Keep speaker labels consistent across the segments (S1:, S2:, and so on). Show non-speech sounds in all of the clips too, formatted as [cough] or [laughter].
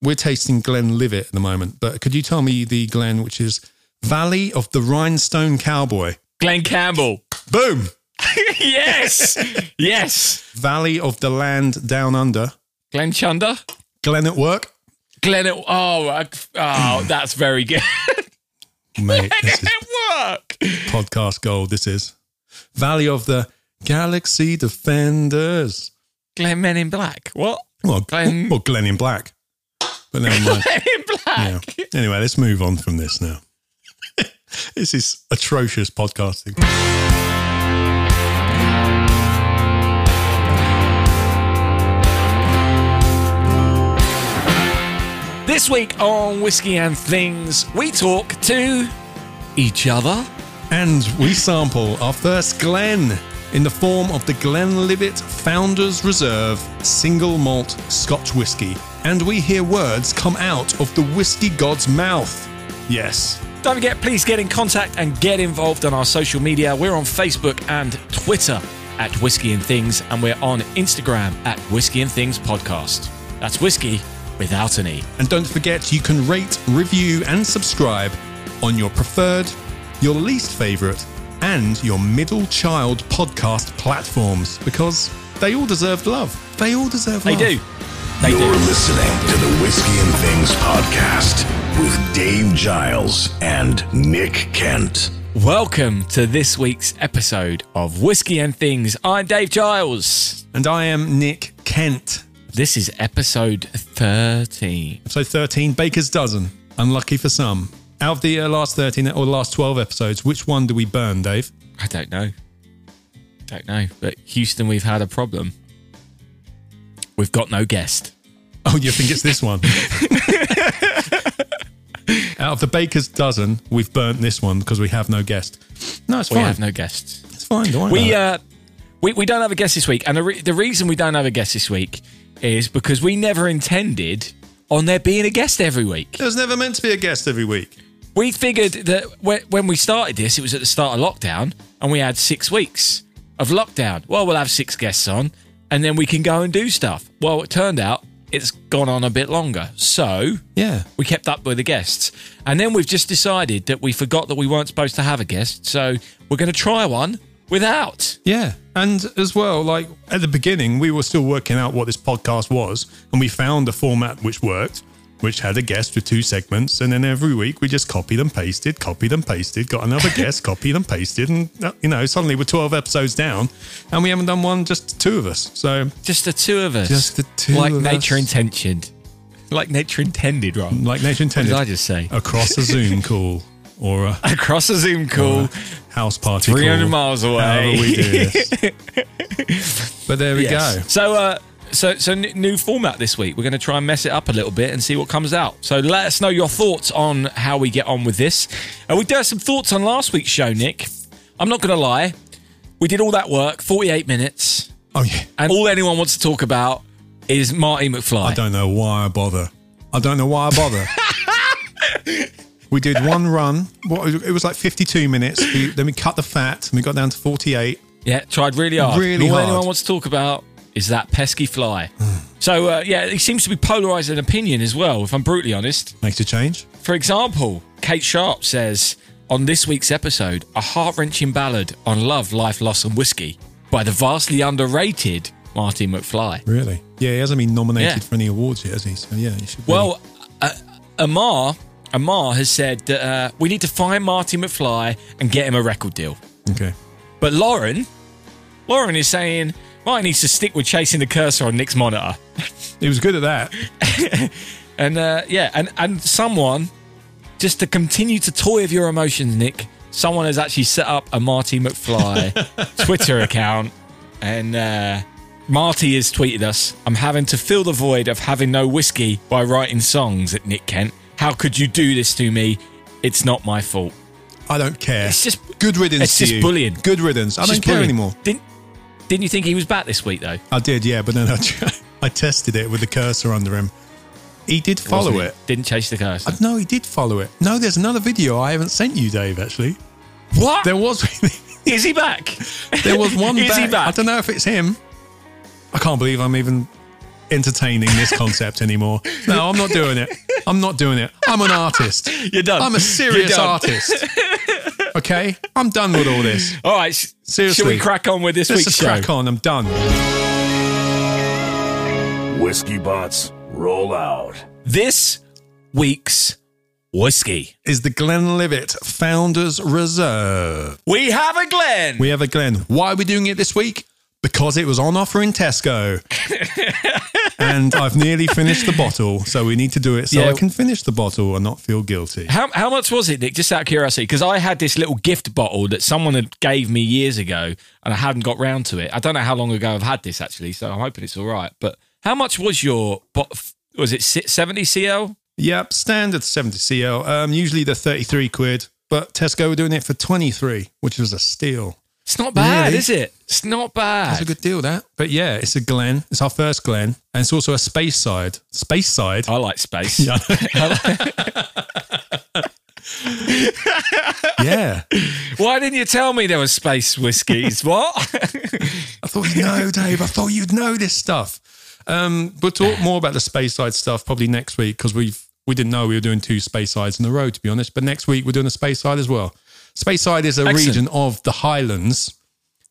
S1: we're tasting Glenlivet at the moment, but could you tell me the Glen which is Valley of the Rhinestone Cowboy? [laughs]
S2: Glenn Campbell.
S1: Boom!
S2: yes. yes.
S1: Valley of the Land Down Under.
S2: Glenn Chunder.
S1: Glen at work.
S2: Glenn. Oh, I- oh, that's very good. [laughs]
S1: Mate, this is
S2: Work.
S1: podcast gold. This is Valley of the Galaxy Defenders.
S2: Glenn Men in Black. What? [laughs]
S1: Well,
S2: Glenn-
S1: well, Glenn in black. But never mind.
S2: Men in
S1: Yeah.
S2: Black.
S1: Anyway, let's move on from this now. [laughs] this is atrocious podcasting.
S2: This week on Whiskey and Things, we talk to each other.
S1: And we sample our first Glen in the form of the Glenlivet Founders Reserve Single Malt Scotch Whisky. And we hear words come out of the whiskey god's mouth. Yes.
S2: Don't forget, please get in contact and get involved on our social media. We're on Facebook and Twitter at Whiskey and Things, and we're on Instagram at Whiskey and Things Podcast. That's whiskey without an E.
S1: And don't forget, you can rate, review, and subscribe on your preferred, your least favorite, and your middle child podcast platforms because they all deserve love. They all deserve
S2: They
S1: love.
S2: do. They
S3: You're
S2: do.
S3: listening to the Whiskey and Things podcast with Dave Giles and Nick Kent.
S2: Welcome to this week's episode of Whiskey and Things. I'm Dave Giles.
S1: And I am Nick Kent.
S2: This is episode 13.
S1: Episode 13, Baker's Dozen. Unlucky for some. Out of the uh, last 13 or last 12 episodes, which one do we burn, Dave? [laughs]
S2: I don't know. Don't know. But Houston, we've had a problem. We've got no guest.
S1: Oh, you think it's [laughs] this one? Out of the Baker's Dozen, we've burnt this one because we have no guest. No, it's
S2: We
S1: fine.
S2: have no guests.
S1: It's fine. Don't worry
S2: We
S1: about
S2: uh, we we don't have a guest this week, and the re- the reason we don't have a guest this week is because we never intended on there being a guest every week.
S1: it. There's never meant to be a guest every week.
S2: We figured that whe- when we started this, it was at the start of lockdown, and we had six weeks of lockdown. Well, we'll have six guests on, and then we can go and do stuff. Well, it turned out it's gone on a bit longer, so
S1: Yeah.
S2: we kept up with the guests. And then we've just decided that we forgot that we weren't supposed to have a guest, so we're going to try one without.
S1: Yeah. And as well, like at the beginning, we were still working out what this podcast was, and we found a format which worked, which had a guest with two segments. And then every week we just copied and pasted, copied and pasted, got
S2: [laughs]
S1: another guest, copied and pasted. And, uh, you know, suddenly we're 12 episodes down, and we haven't done one, just two of us. So,
S2: Just the two of us.
S1: Just the two
S2: Like
S1: of
S2: nature
S1: us.
S2: intended. Like nature intended, right? What
S1: like Nation
S2: did
S1: intended,
S2: I just say?
S1: across a
S2: [laughs]
S1: Zoom call or a
S2: Across a Zoom call,
S1: house party
S2: 300
S1: call,
S2: miles away.
S1: however we do this.
S2: [laughs]
S1: but there we
S2: Yes.
S1: go.
S2: So, uh, so, so n- new format this week. We're going to try and mess it up a little bit and see what comes out. So let us know your thoughts on how we get on with this. And we do have some thoughts on last week's show, Nick. I'm not going to lie. We did all that work, 48 minutes,
S1: Oh, yeah.
S2: and all anyone wants to talk about is Marty McFly.
S1: I don't know why I bother. I don't know why I bother. [laughs] we did one run. What it was like fifty-two minutes. We, then we cut the fat and we got down to forty-eight.
S2: Yeah, tried really hard.
S1: Really
S2: And all
S1: hard. Hmm.
S2: anyone wants to talk about is that pesky fly. so uh, yeah, it seems to be polarizing opinion as well. If I'm brutally honest.
S1: Makes a change.
S2: For example, Kate Sharp says on this week's episode, a heart wrenching ballad on love, life, loss, and whiskey by the vastly underrated Marty McFly.
S1: Really? Yeah, he hasn't been nominated
S2: Yeah.
S1: for any awards yet, has he? So yeah, he should. be.
S2: Well, uh, Amar Amar has said that uh, we need to find Marty McFly and get him a record deal.
S1: okay.
S2: But Lauren, Lauren is saying Marty needs to stick with chasing the cursor on Nick's monitor.
S1: He was good at that.
S2: And uh, yeah, and, and someone, just to continue to toy with your emotions, Nick, someone has actually set up a Marty McFly Twitter account. And uh, Marty has tweeted us I'm having to fill the void of having no whiskey by writing songs at Nick Kent. How could you do this to me? It's not my fault.
S1: I don't care.
S2: It's just-
S1: good riddance.
S2: it's
S1: to
S2: just
S1: you.
S2: bullying.
S1: Good riddance. I
S2: It's
S1: don't
S2: just
S1: care
S2: brilliant.
S1: anymore.
S2: Didn't, didn't you think he was back this week, though?
S1: I did, yeah, but then I, tried, [laughs] I tested it with the cursor under him. He did follow
S2: Wasn't he?
S1: it.
S2: Didn't chase the curse.
S1: I- no, he did follow it. No, there's another video I haven't sent you, Dave. Actually,
S2: What?
S1: there was. [laughs]
S2: Is he back?
S1: There was one
S2: [laughs] Is he
S1: back.
S2: back?
S1: I don't know if it's him. I can't believe I'm even. entertaining this concept anymore. No, I'm not doing it. I'm not doing it. I'm an artist.
S2: You're done.
S1: I'm a
S2: You're
S1: serious
S2: done.
S1: artist. Okay? I'm done with all this.
S2: All right. sh-
S1: Seriously.
S2: Shall we crack on with this
S1: Let's
S2: week's
S1: just
S2: show?
S1: crack on. I'm done.
S3: Whiskey bots, roll out.
S2: This week's whiskey.
S1: Is the Glenlivet Founders Reserve.
S2: We have a Glen.
S1: We have a Glen. Why are we doing it this week? Because it was on offer in
S2: [laughs]
S1: Tesco. and I've nearly finished the bottle, so we need to do it so
S2: Yeah.
S1: I can finish the bottle and not feel guilty.
S2: how, how much was it, Nick? Just out of curiosity, because I had this little gift bottle that someone had gave me years ago, and I hadn't got round to it. I don't know how long ago I've had this actually, so I'm hoping it's all right. But how much was your bot? Was it si- 70 cl?
S1: Yep, standard 70 CL. Um, usually they're 33 quid, but Tesco were doing it for 23, which was a steal.
S2: It's not bad,
S1: Really?
S2: is it? It's not bad.
S1: That's [laughs] a good deal, that. But yeah, it's a Glen. It's our first Glen. And it's also a space side. Space [laughs] side.
S2: I like space.
S1: Yeah.
S2: [laughs]
S1: yeah.
S2: Why didn't you tell me there was space whiskies? [laughs] what?
S1: I thought you know, Dave. I thought you'd know this stuff. Um, we'll talk more about the space side stuff probably next week because we've we didn't know we were doing two space sides in a row, to be honest. But next week we're doing a space side as well. Space side is a
S2: Excellent.
S1: region of the Highlands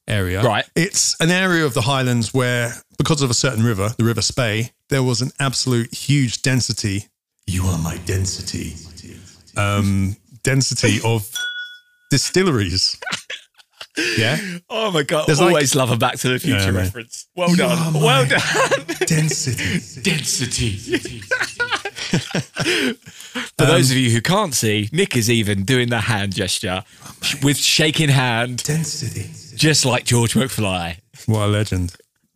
S1: area.
S2: Right.
S1: It's an area of the Highlands where, because of a certain river, the River Spey, there was an absolute huge density. You are my density. Um, density of
S2: [laughs]
S1: distilleries. Yeah.
S2: Oh my god!
S1: There's
S2: Always love a Back to the
S1: Yeah,
S2: Future
S1: man.
S2: reference. Well
S1: You are
S2: done.
S1: my
S2: Well done.
S1: Density. [laughs]
S2: [laughs] Density. For
S1: Um,
S2: those of you who can't see, Nick is even doing the hand gesture with shaking hand,
S1: Density.
S2: just like George McFly.
S1: What a legend.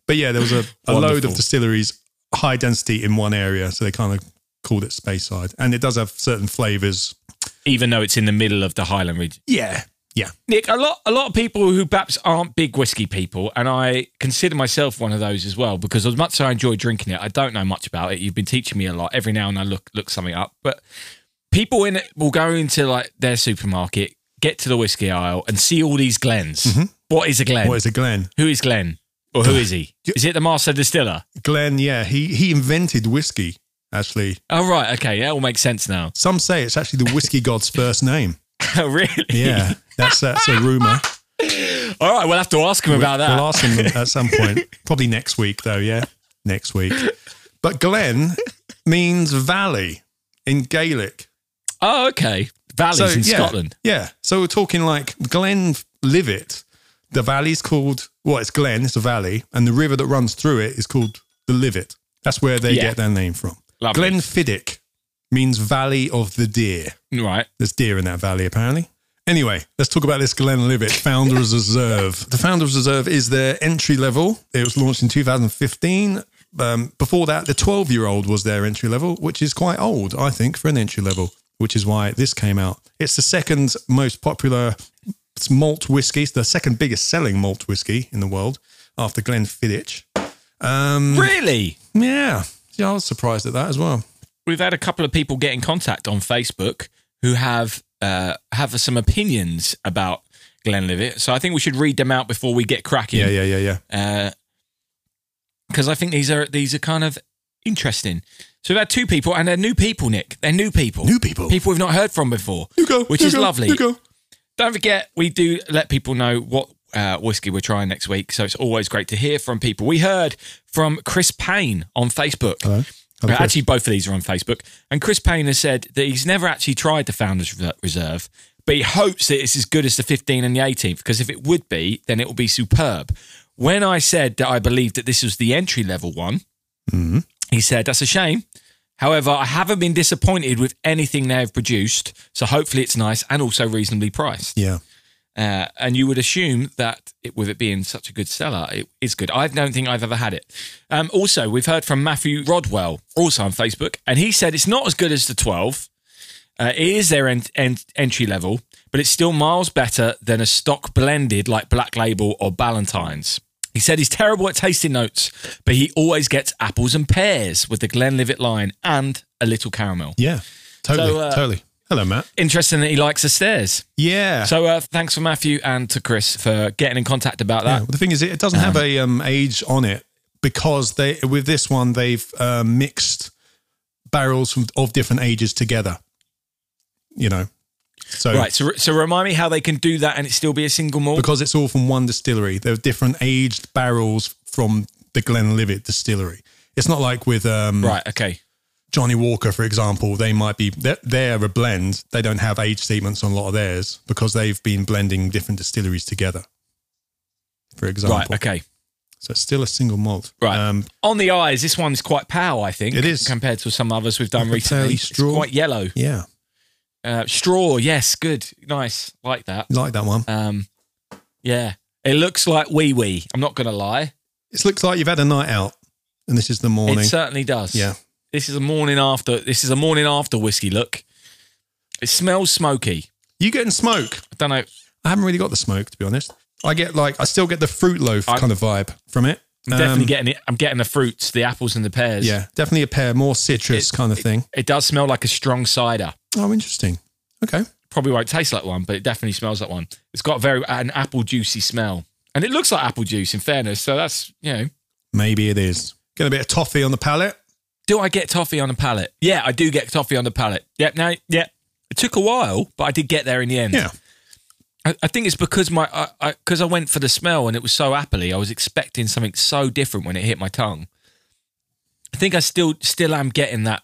S1: But yeah, there was a, a load
S2: Wonderful.
S1: of distilleries, high density in one area. So they kind of called it space side. And it does have certain flavors.
S2: Even though it's in the middle of the Highland region.
S1: Yeah. Yeah.
S2: Nick, a lot a lot of people who perhaps aren't big whiskey people, and I consider myself one of those as well, because as much as I enjoy drinking it, I don't know much about it. You've been teaching me a lot. Every now and I look look something up. But people in it will go into like their supermarket, get to the whiskey aisle and see all these Glens. What is a Glen?
S1: Mm-hmm. What is it, Glenn?
S2: who is Glen? Or who is he? Is it the master distiller?
S1: Glenn, yeah, he, he invented whiskey, actually.
S2: Oh right, okay, that all makes sense now. [laughs]
S1: Some say it's actually the whiskey god's first name.
S2: Oh really?
S1: Yeah. That's that's a rumor.
S2: [laughs] All right, we'll have to ask him about that.
S1: We'll ask him at some point. Probably next week, though. Yeah, next week. But Glen means valley in Gaelic.
S2: oh, okay. Valleys in
S1: yeah,
S2: Scotland.
S1: Yeah. So we're talking like Glen Livet. The valley's called well, it's Glen, it's a valley, and the river that runs through it is called the Livet. That's where they
S2: Yeah.
S1: get their name from.
S2: Lovely.
S1: Glenfiddich means Valley of the Deer.
S2: Right.
S1: There's deer in that valley, apparently. Anyway, let's talk about this Glenlivet [laughs] Founders Reserve. The Founders Reserve is their entry level. It was launched in 2015. Um, before that, the 12 year old was their entry level, which is quite old, I think, for an entry level, which is why this came out. It's the second most popular malt whiskey, it's the second biggest selling malt whiskey in the world after Glenfiddich. Mm.
S2: Really?
S1: Yeah. Yeah, I was surprised at that as well.
S2: we've had a couple of people get in contact on Facebook who have uh, have some opinions about Glenlivet. So I think we should read them out before we get cracking.
S1: Yeah, yeah, yeah, yeah.
S2: Because I think these are these are kind of interesting. So we've had two people, and they're new people, Nick. They're new people.
S1: New people.
S2: People we've not heard from before.
S1: You go.
S2: Which
S1: you
S2: is
S1: go,
S2: lovely.
S1: You go.
S2: Don't forget, we do let people know what uh, whiskey we're trying next week. So it's always great to hear from people. We heard from Chris Payne on Facebook.
S1: Hello,
S2: Uh,
S1: Chris.
S2: Actually, both of these are on Facebook. And Chris Payne has said that he's never actually tried the Founders Re- Reserve, but he hopes that it's as good as the 15 and the 18th, because if it would be, then it would be superb. When I said that I believed that this was the entry level one,
S1: Mm-hmm.
S2: he said, That's a shame. However, I haven't been disappointed with anything they have produced. So hopefully it's nice and also reasonably priced.
S1: Yeah.
S2: Uh, and you would assume that it, with it being such a good seller, it is good. I don't think I've ever had it. Um, also, we've heard from Matthew Rodwell, also on Facebook, and he said it's not as good as the 12. Uh, it is their en- en- entry level, but it's still miles better than a stock blended like Black Label or Ballantine's. He said he's terrible at tasting notes, but he always gets apples and pears with the Glenlivet line and a little caramel.
S1: Yeah, totally,
S2: So, uh,
S1: totally. Hello, Matt.
S2: Interesting that he likes the stairs.
S1: Yeah.
S2: So uh, thanks for Matthew and to Chris for getting in contact about
S1: yeah.
S2: that.
S1: Well, the thing is, it doesn't have a um, age on it because they with this one they've uh, mixed barrels from, of different ages together. You know, so
S2: Right. So, so remind me how they can do that and it still be a single malt.
S1: because it's all from one distillery. There are different aged barrels from the Glenlivet distillery. It's not like with um,
S2: right. Okay.
S1: Johnny Walker, for example. They might be they're, they're a blend. They don't have age statements on a lot of theirs because they've been blending different distilleries together. For example,
S2: Right. Okay.
S1: so it's still a single malt.
S2: Right.
S1: Um,
S2: On the eyes, this one's quite pale. I think
S1: It is.
S2: compared to some others we've done
S1: Like a fairly
S2: recently.
S1: straw.
S2: It's quite yellow.
S1: yeah,
S2: Uh, straw. Yes. Good. Nice. Like that.
S1: like that one.
S2: Um, yeah. It looks like wee wee. I'm not going to lie.
S1: It looks like you've had a night out, and this is the morning.
S2: It certainly does.
S1: yeah,
S2: This is a morning after. This is a morning after whiskey. Look, it smells smoky.
S1: you getting smoke?
S2: I don't know.
S1: I haven't really got the smoke to be honest. I get like I still get the fruit loaf
S2: I-
S1: kind of vibe from it. Um,
S2: I'm definitely getting it. I'm getting the fruits, the apples and the pears.
S1: Yeah, definitely a pear, more citrus kind of thing.
S2: It does smell like a strong cider.
S1: Oh, interesting. Okay.
S2: Probably won't taste like one, but it definitely smells like one. It's got a very an apple juicy smell, and it looks like apple juice. In fairness, so that's you know.
S1: Maybe it is. Get a bit of toffee on the palate.
S2: Do I get toffee on the palate? Yeah, I do get toffee on the palate. Yep. Now, yeah, it took a while, but I did get there in the end.
S1: Yeah.
S2: I, I think it's because my because I, because I went for the smell and it was so appley. I was expecting something so different when it hit my tongue. I think I still still am getting that.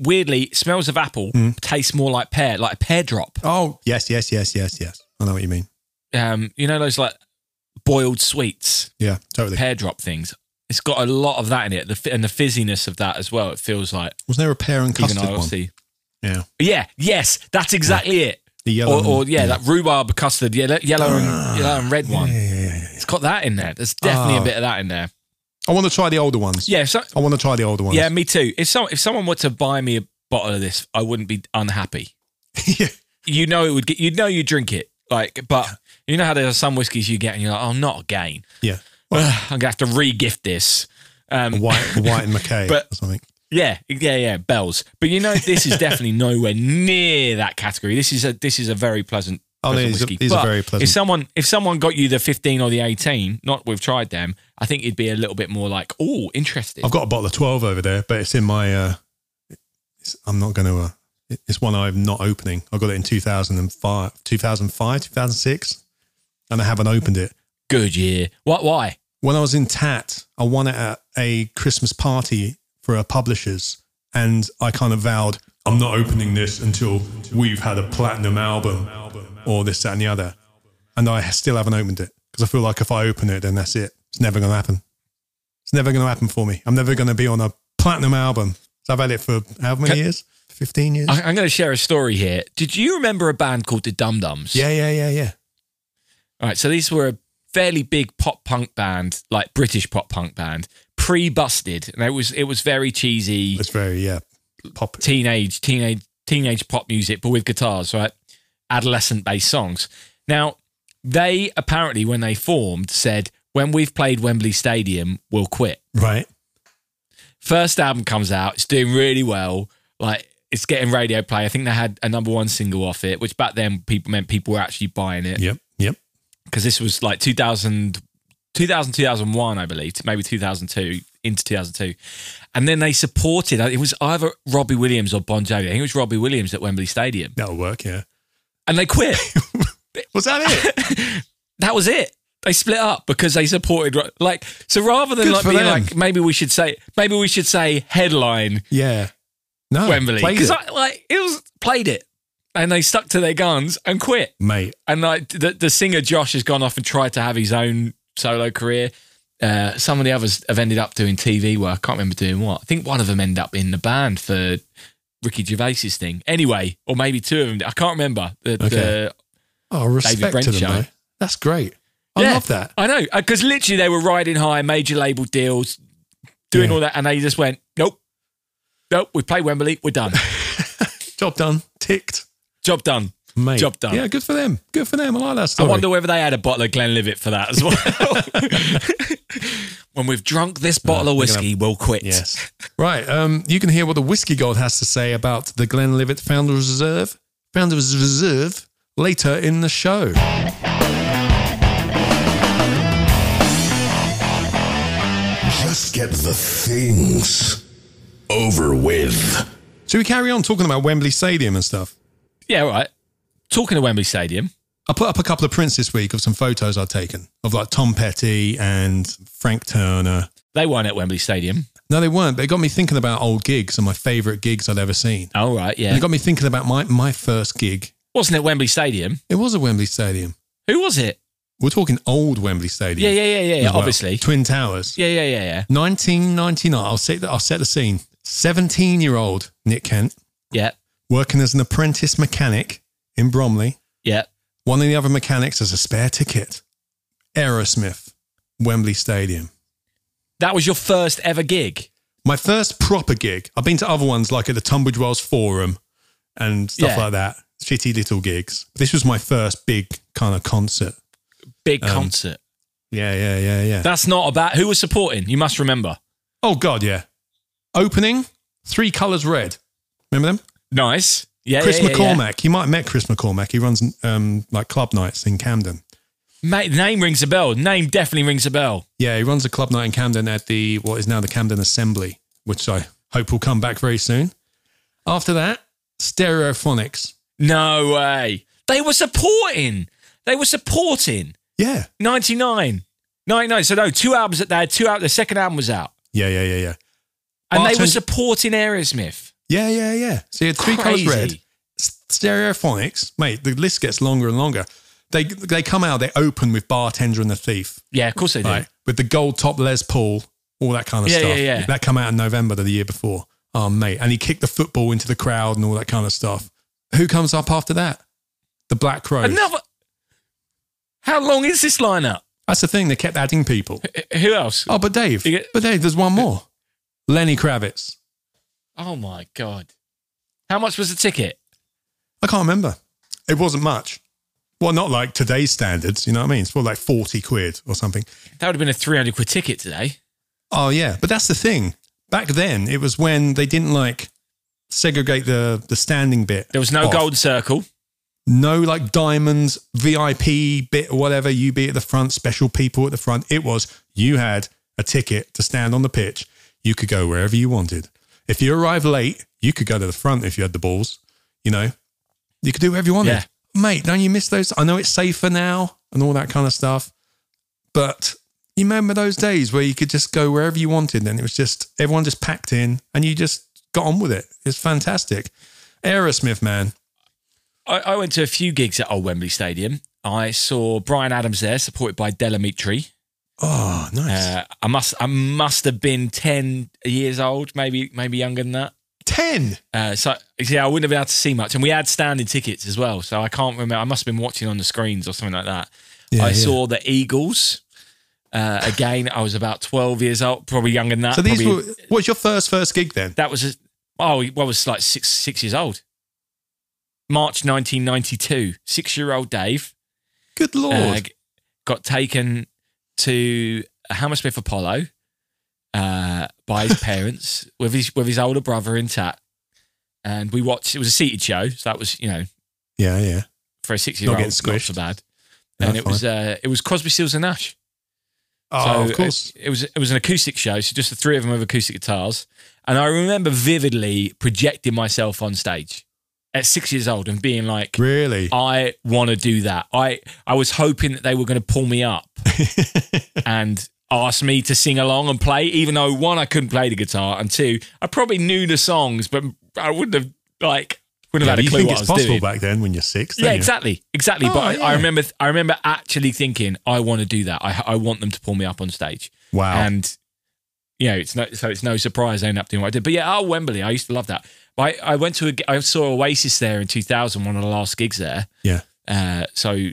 S2: Weirdly, it smells of apple tastes more like pear, like a pear drop.
S1: Oh, yes, yes, yes, yes, yes. I know what you mean.
S2: Um, you know those like boiled sweets,
S1: Yeah, totally.
S2: pear drop things. It's got a lot of that in it, the, fi- and the fizziness of that as well. It feels like
S1: Was there a pear and
S2: even
S1: custard
S2: though
S1: one?
S2: obviously,
S1: Yeah.
S2: yeah, yes, that's exactly it.
S1: The yellow.
S2: Or,
S1: one.
S2: or yeah, that rhubarb custard, yellow, yellow and yellow and red one.
S1: Ah, Yeah, yeah, yeah, yeah.
S2: It's got that in there. There's definitely
S1: Oh.
S2: a bit of that in there.
S1: I want to try the older ones.
S2: Yeah. if So,
S1: I want to try the older ones.
S2: yeah. Me too. If some if someone were to buy me a bottle of this, I wouldn't be unhappy.
S1: [laughs] yeah.
S2: You know, it would get. You'd know you drink it. Like, but you know how there are some whiskies you get and you're like, oh, not again.
S1: Yeah.
S2: Ugh, I'm gonna have to re-gift this. Um,
S1: White, white and McKay
S2: But-
S1: or something.
S2: yeah, yeah, yeah, bells. But you know, this
S1: [laughs]
S2: is definitely nowhere near that category. This is a this is a very pleasant.
S1: Oh,
S2: pleasant
S1: these are-
S2: whiskey.
S1: these are
S2: But
S1: very pleasant.
S2: If someone if someone got you the 15 or the 18, not we've tried them, I think you'd be a little bit more like, oh, interesting.
S1: I've got a bottle of 12 over there, but it's in my. Uh, it's, I'm not going to. Uh, it- it's one I'm not opening. I got it in 2005, 2005, 2006, and I haven't opened it.
S2: Good year. What? Why?
S1: When I was in TAT, I won it at a Christmas party for a publishers, and I kind of vowed, I'm not opening this until we've had a platinum album or this, that, and the other. And I still haven't opened it because I feel like if I open it, then that's it. It's never going to happen. It's never going to happen for me. I'm never going to be on a platinum album. So I've had it for how many years? 15 years?
S2: I, I'm going to share a story here. Did you remember a band called the Dum Dums?
S1: yeah, yeah, yeah, yeah.
S2: All right. So these were a fairly big pop punk band, like British pop punk band, pre-busted, and it was it was very cheesy.
S1: It's very, yeah, pop.
S2: teenage, teenage, teenage pop music, but with guitars, right? Adolescent based songs. Now, they apparently, when they formed, said, when we've played Wembley Stadium, we'll quit.
S1: Right.
S2: First album comes out, it's doing really well. Like, it's getting radio play. I think they had a number one single off it, which back then people meant people were actually buying it
S1: Yep, yep.
S2: because this was like 2000, 2000, 2001, I believe, maybe 2002, into 2002. And then they supported, uh, it was either Robbie Williams or Bon Jovi. I think it was Robbie Williams at Wembley Stadium.
S1: That'll work, yeah.
S2: And they quit.
S1: Was that it?
S2: that was it. They split up because they supported, Ro- like, so rather than
S1: Good
S2: like
S1: for
S2: being
S1: them.
S2: like, maybe we should say, maybe we should say headline
S1: yeah. No.
S2: Wembley.
S1: played
S2: Because
S1: it.
S2: I, like, it was, played it. And they stuck to their guns and quit.
S1: Mate,
S2: and like the, the singer Josh has gone off and tried to have his own solo career. Uh, some of the others have ended up doing TV work. I can't remember doing what. I think one of them ended up in the band for Ricky Gervais's thing. Anyway, or maybe two of them. I can't remember. The, the,
S1: Oh, respect
S2: Brent
S1: to them,
S2: show.
S1: though. That's great. I
S2: eh? Yeah,
S1: love that.
S2: I know because literally they were riding high, major label deals, doing
S1: Yeah.
S2: all that, and they just went, nope, nope. We play Wembley,
S1: [laughs]
S2: we're done.
S1: Job done. Ticked.
S2: Job done.
S1: Mate.
S2: Job done.
S1: Yeah, good for them. Good for them. I like that story.
S2: I wonder whether they had a bottle of Glenlivet for that as well.
S1: [laughs]
S2: [laughs] when we've drunk this bottle of
S1: we're gonna-
S2: whiskey, we'll quit.
S1: Yes. [laughs] right. Um, you can hear what the Whiskey Gold has to say about the Glenlivet Founders Reserve, Founders Reserve later in the show.
S3: Just get the things over with.
S1: Should we carry on talking about Wembley Stadium and stuff?
S2: Yeah, all right. Talking to Wembley Stadium.
S1: I put up a couple of prints this week of some photos I've taken of like Tom Petty and Frank Turner.
S2: They weren't at Wembley Stadium.
S1: No, they weren't, but it got me thinking about old gigs and my favourite gigs I'd ever seen.
S2: All Oh, right,
S1: And
S2: yeah.
S1: it got me thinking about my, my first gig.
S2: Wasn't at Wembley Stadium.
S1: It was at Wembley Stadium.
S2: Who was it?
S1: We're talking old Wembley Stadium.
S2: Yeah, yeah, yeah, yeah,
S1: as
S2: yeah
S1: well.
S2: obviously.
S1: Twin Towers.
S2: Yeah, yeah, yeah, yeah.
S1: 1999. I'll set, the, I'll set the scene. 17 year old Nick Kent
S2: Yeah,
S1: working as an apprentice mechanic in Bromley.
S2: yeah.
S1: One of the other mechanics has a spare ticket. Aerosmith, Wembley Stadium.
S2: That was your first ever gig.
S1: My first proper gig. I've been to other ones like at the Tunbridge Wells Forum and stuff
S2: Yeah.
S1: like that. Shitty little gigs. This was my first big kind of concert.
S2: Big
S1: Um,
S2: concert.
S1: Yeah, yeah, yeah, yeah.
S2: That's not about who was supporting. You must remember.
S1: oh God, yeah. Opening, three colours red. Remember them?
S2: Nice. Yeah.
S1: Chris
S2: yeah, yeah, yeah.
S1: McCormack. You might have met Chris McCormack. He runs um, like club nights in Camden.
S2: Mate, name rings a bell. Name definitely rings a bell.
S1: Yeah, he runs a club night in Camden at the what is now the Camden Assembly, which I hope will come back very soon. After that, Stereophonics.
S2: No way. They were supporting. They were supporting.
S1: Yeah,
S2: 99. 99. So no, two albums that they had, two out the second album was out.
S1: yeah, yeah, yeah, yeah,
S2: And they were
S1: Bartend-
S2: supporting Aerosmith.
S1: yeah, yeah, yeah. So you had three colours
S2: Crazy.
S1: red. S- Stereophonics, mate. The list gets longer and longer. They they come out. They open with Bartender and the Thief,
S2: Yeah, of course they did.
S1: right? With the gold top Les Paul, all that kind of
S2: Yeah,
S1: stuff.
S2: yeah, yeah.
S1: That come out in November of the year before. Oh, mate, and he kicked the football into the crowd and all that kind of stuff. Who comes up after that? The Black Crows.
S2: Another. How long is this lineup?
S1: That's the thing. They kept adding people.
S2: H- Who else?
S1: Oh, but Dave,
S2: You get-
S1: but Dave, there's one more. Lenny Kravitz.
S2: Oh my god! How much was the ticket?
S1: I can't remember. It wasn't much. Well, not like today's standards. You know what I mean? It's more like forty quid or something.
S2: That would have been a three hundred quid ticket today.
S1: Oh yeah, but that's the thing. Back then, it was when they didn't like segregate the the standing bit.
S2: There was no
S1: off.
S2: golden circle.
S1: no like diamonds VIP bit or whatever. You be at the front, special people at the front. It was you had a ticket to stand on the pitch. You could go wherever you wanted. If you arrived late, you could go to the front if you had the balls. You know, you could do whatever you wanted,
S2: Yeah.
S1: mate. Don't you miss those? I know it's safer now and all that kind of stuff, but. You remember those days where you could just go wherever you wanted and it was just everyone just packed in and you just got on with it. It's fantastic. Aerosmith, man.
S2: I, I went to a few gigs at Old Wembley Stadium. I saw Brian Adams there, supported by Delamitri.
S1: Oh, nice.
S2: Uh, I must, I must have been ten years old, maybe, maybe younger than that.
S1: 10.
S2: Uh, so yeah, I wouldn't have been able to see much, and we had standing tickets as well. So I can't remember. I must have been watching on the screens or something like that. I
S1: yeah.
S2: saw the Eagles. Uh, again, I was about twelve years old, probably younger than that.
S1: So these
S2: probably-
S1: were, what's your first first gig then?
S2: that was a, oh, well, I was like six six years old. March 1992, six year old Dave
S1: Good lord.
S2: uh, g- got taken to Hammersmith Apollo uh, by
S1: [laughs]
S2: his parents with his with his older brother intact, and we watched. It was a seated show, so that was you know
S1: yeah, yeah.
S2: for a six year old
S1: getting
S2: not
S1: squished.
S2: so bad.
S1: No,
S2: And it
S1: fine.
S2: was uh, it was Crosby, Stills and Nash.
S1: Oh,
S2: So uh,
S1: of course.
S2: It, it was it was an acoustic show, so just the three of them with acoustic guitars. And I remember vividly projecting myself on stage at six years old and being like,
S1: really?
S2: I want to do that. I I was hoping that they were going to pull me
S1: [laughs]
S2: up and ask me to sing along and play, even though one I couldn't play the guitar, and two I probably knew the songs, but I wouldn't have like wouldn't
S1: Yeah,
S2: have had a
S1: you
S2: clue
S1: think
S2: what
S1: it's
S2: I was
S1: possible
S2: doing.
S1: back then when you're six?
S2: Yeah,
S1: don't you?
S2: exactly, exactly.
S1: Oh,
S2: but I, I
S1: yeah.
S2: remember, I remember actually thinking, I want to do that. I, I want them to pull me up on stage,
S1: Wow.
S2: and you know, it's no, so it's no surprise I ended up doing what I did. But yeah, oh Wembley, I used to love that. I, I went to, a g I saw Oasis there in 2000, one of the last gigs there.
S1: yeah.
S2: Uh, so,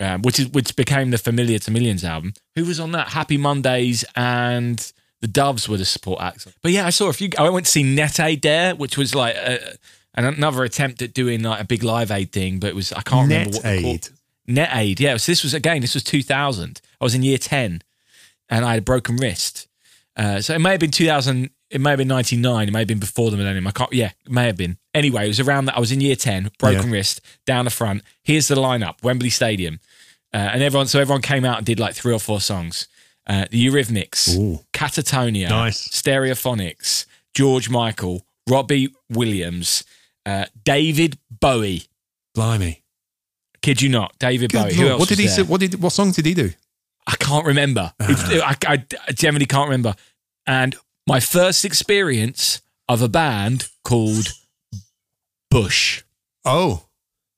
S2: um, which is which became the Familiar to Millions album. Who was on that? Happy Mondays and the Doves were the support acts. But yeah, I saw a few. I went to see Net Aid there, which was like a, an, another attempt at doing like a big Live Aid thing, but it was I can't remember
S1: Net
S2: what they're
S1: Aid.
S2: called. Net Aid. Yeah, so this was again. This was 2000. I was in year 10, and I had a broken wrist. Uh, so it may have been 2000. It may have been 99. It may have been before the millennium. I can't. Yeah, it may have been. Anyway, it was around that. I was in year 10, broken wrist, down the front. Here's the lineup: Wembley Stadium, uh, and everyone. So everyone came out and did like three or four songs. uh, the Eurythmics,
S1: Ooh.
S2: Catatonia,
S1: Nice.
S2: Stereophonics, George Michael, Robbie Williams, uh, David Bowie.
S1: Blimey.
S2: Kid you not, David
S1: Good
S2: Bowie.
S1: Lord.
S2: Who else
S1: what did
S2: was
S1: he?
S2: there?
S1: Say, what did? What song did he do?
S2: I can't remember. It's- I, I- I generally can't remember. And my first experience of a band called Bush.
S1: Oh,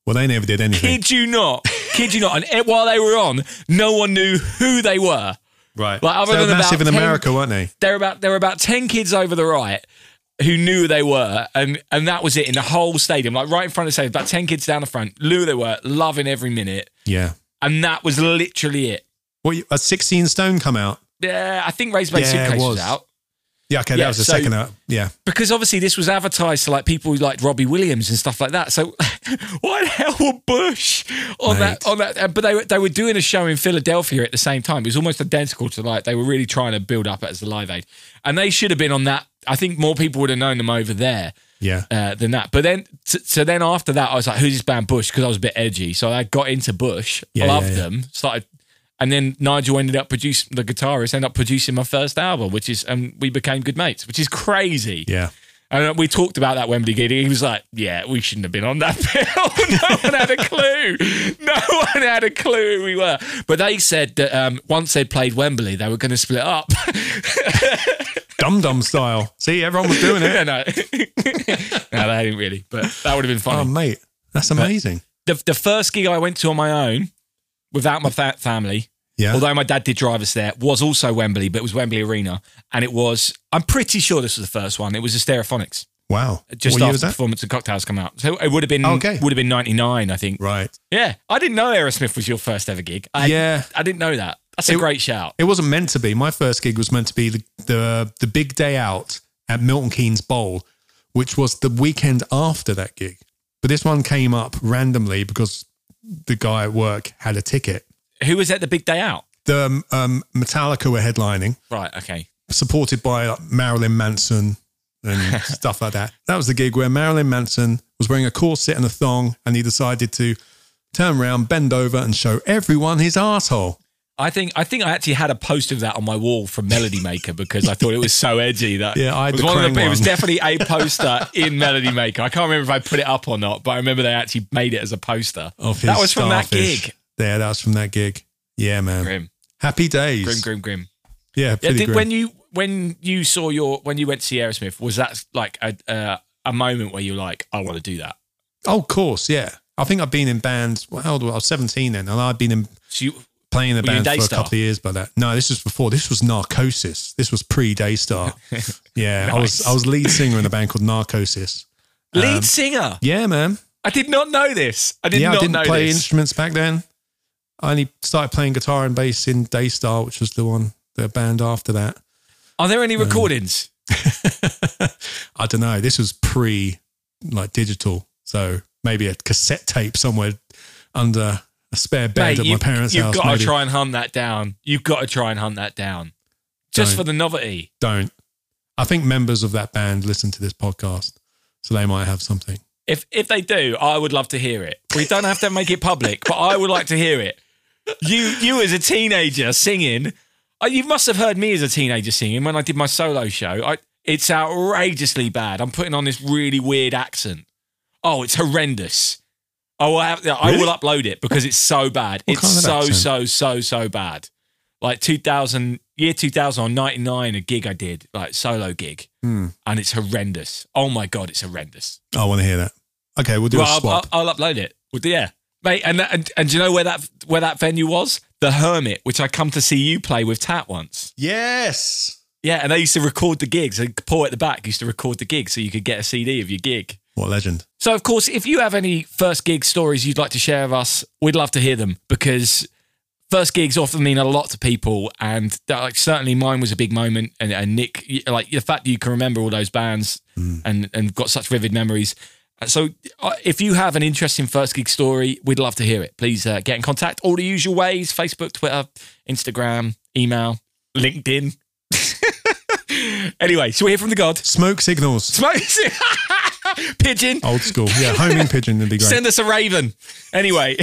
S1: well, they never did anything.
S2: Kid you not. Kid you not. And it- while they were on, no one knew who they were.
S1: Right.
S2: Like, other
S1: they were
S2: than about
S1: massive in
S2: 10
S1: America, weren't they?
S2: There were about there were about ten kids over the right who knew who they were, and and that was it in the whole stadium, like right in front of the stadium, about ten kids down the front, knew who they were, loving every minute,
S1: Yeah.
S2: and that was literally it.
S1: Well, you- a sixteen stone come out.
S2: Yeah, I think Raised by
S1: Yeah, it
S2: Suitcase was.
S1: was.
S2: out
S1: Yeah. Okay,
S2: Yeah,
S1: that was the
S2: so-
S1: second out. Yeah.
S2: because obviously this was advertised to like people like Robbie Williams and stuff like that. So [laughs] why the hell would Bush on that
S1: Mate.
S2: on that? uh, But they were they were doing a show in Philadelphia at the same time. It was almost identical to like they were really trying to build up as the Live Aid, and they should have been on that. I think more people would have known them over there
S1: Yeah.
S2: uh, than that. But then, t- so then after that, I was like, "Who's this band Bush?" Because I was a bit edgy, so I got into Bush,
S1: Yeah,
S2: loved
S1: yeah, yeah.
S2: them, started, and then Nigel ended up producing the guitarist, ended up producing my first album, which is, and we became good mates, which is crazy.
S1: Yeah.
S2: And we talked about that Wembley gig. He was like, "Yeah, we shouldn't have been on that [laughs] bill. no one had a clue. No one had a clue who we were." But they said that um, once they played Wembley, they were going to split up.
S1: Dum Dum style. See, everyone was doing it.
S2: [laughs] no, no, no, they didn't really. But that would have been
S1: Oh,
S2: funny.
S1: mate,
S2: Uh,
S1: that's amazing.
S2: Um, the, the first gig I went to on my own, without my fa- family,
S1: Yeah.
S2: although my dad did drive us there, was also Wembley, but it was Wembley Arena, and it was. I'm pretty sure this was the first one. It was the Stereophonics.
S1: wow.
S2: just
S1: what year
S2: after
S1: was
S2: the
S1: that? Oh,
S2: performance of cocktails come out. So it would have been
S1: Okay.
S2: would have been ninety nine, I think.
S1: Right.
S2: Yeah, I didn't know Aerosmith was your first ever gig. I,
S1: Yeah.
S2: I didn't know that. That's a
S1: It-
S2: great shout.
S1: It wasn't meant to be. My first gig was meant to be the the, the big day out at Milton Keynes Bowl, which was the weekend after that gig. But this one came up randomly because the guy at work had a ticket.
S2: Who was at the big day out?
S1: The um, Metallica were headlining,
S2: Right. Okay.
S1: supported by like, Marilyn Manson and stuff like that. That was the gig where Marilyn Manson was wearing a corset and a thong, and he decided to turn around, bend over, and show everyone his asshole.
S2: I think I think I actually had a post of that on my wall from Melody Maker because I thought it was so edgy that
S1: Yeah, I had
S2: it was
S1: the
S2: one of
S1: Krang
S2: it was
S1: one.
S2: definitely
S1: [laughs]
S2: a poster in Melody Maker. I can't remember if I put it up or not, but I remember they actually made it as a poster.
S1: Of his
S2: that was from that
S1: starfish.
S2: gig.
S1: Yeah, that was from that gig. Yeah, man.
S2: Grim,
S1: Happy days.
S2: grim, grim, grim.
S1: Yeah,
S2: Yeah,
S1: pretty
S2: did,
S1: grim.
S2: when you when you saw your when you went to see Aerosmith, was that like a uh, a moment where you're like, I want to do that?
S1: oh, of course. Yeah, I think I've been in bands. Well, how old was I? I was seventeen then, and I'd been in
S2: So you,
S1: playing in a
S2: you
S1: band for a
S2: Daystar?
S1: couple of years by that. No, this was before. This was Narcosis. This was pre
S2: [laughs]
S1: Daystar. yeah, I was
S2: Nice.
S1: I was lead singer in a band called Narcosis.
S2: lead singer.
S1: Yeah, man.
S2: I did not know this. I did
S1: Um, yeah,
S2: not
S1: I didn't
S2: know
S1: play
S2: this.
S1: instruments back then. I only started playing guitar and bass in Daystar, which was the one the band after that.
S2: Are there any recordings?
S1: I don't know. This was pre like digital, so maybe a cassette tape somewhere under a spare bed at
S2: you,
S1: my parents'
S2: you've
S1: house.
S2: got
S1: maybe.
S2: to try and hunt that down. You've got to try and hunt that down, just
S1: Don't.
S2: for the novelty.
S1: Don't. I think members of that band listen to this podcast, so they might have something.
S2: If if they do, I would love to hear it. We don't have to make it public, but I would like to hear it. You you as a teenager singing, uh, you must have heard me as a teenager singing when I did my solo show. I, it's outrageously bad. I'm putting on this really weird accent. Oh, it's horrendous. I will have, I will upload it because it's so bad.
S1: What
S2: it's
S1: kind of
S2: so
S1: accent?
S2: so so so bad. Like 2000 year 2000 or 99 a gig I did like solo gig
S1: Hmm.
S2: and it's horrendous. Oh my god, it's horrendous.
S1: I want to hear that. Okay, we'll do
S2: Well,
S1: a
S2: I'll,
S1: swap.
S2: I'll, I'll upload it. Well, yeah, mate. And, that, and and do you know where that where that venue was? The Hermit, which I come to see you play with Tat once.
S1: yes.
S2: Yeah, and they used to record the gigs. And Paul at the back used to record the gigs, so you could get a CD of your gig.
S1: What a legend?
S2: So, of course, if you have any first gig stories you'd like to share with us, we'd love to hear them because first gigs often mean a lot to people. And that, like, certainly mine was a big moment. And, and Nick, y- like the fact that you can remember all those bands and, and got such vivid memories. Uh, So, uh, if you have an interesting first gig story, we'd love to hear it. Please uh, get in contact all the usual ways Facebook, Twitter, Instagram, email, LinkedIn. [laughs] anyway, shall we hear from the God?
S1: Smoke signals.
S2: Smokes [laughs] Pigeon. [laughs]
S1: [laughs] Old school. Yeah, homing pigeon would be great.
S2: Send us a raven. Anyway,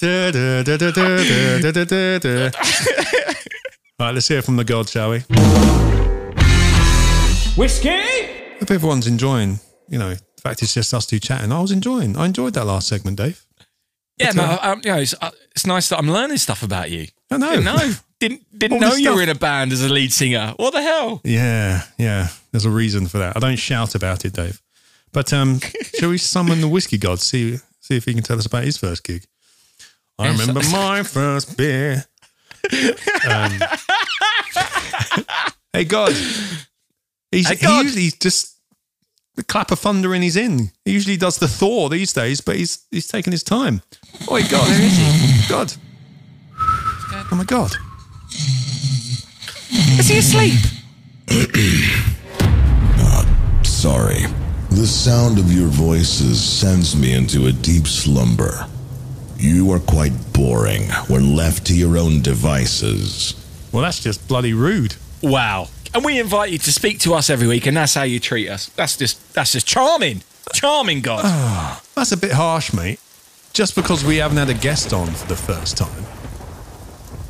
S1: Da, da, da, da, da, da, da, da, da.
S2: [laughs]
S1: right, let's hear from the god, shall we?
S2: Whiskey?
S1: Hope everyone's enjoying. You know, in fact, it's just us two chatting. I was enjoying. I enjoyed that last segment, Dave.
S2: Yeah, no, I, I, you know, it's, uh, it's nice that I'm learning stuff about you.
S1: I know.
S2: Didn't know. Didn't, didn't
S1: Oh. All
S2: know
S1: this
S2: you were
S1: stuff.
S2: in a band as a lead singer. What the hell?
S1: Yeah, yeah. There's a reason for that. I don't shout about it, Dave. But um, shall we summon the whiskey god? See, see if he can tell us about his first gig. I
S2: Yes.
S1: remember my first beer. Um, hey God, he's,
S2: Hey,
S1: he
S2: God.
S1: usually he's just the clap of thunder and he's in. He usually does the Thor these days, but he's he's taking his time. Oh my God, where is he? God, oh my God.
S2: Is he asleep?
S3: Sorry. The sound of your voices sends me into a deep slumber. You are quite boring when left to your own devices.
S1: Well, that's just bloody rude.
S2: Wow. And we invite you to speak to us every week, and that's how you treat us. That's just that's just charming. Charming
S1: Oh.
S2: God.
S1: That's a bit harsh, mate. Just because we haven't had a guest on for the first time.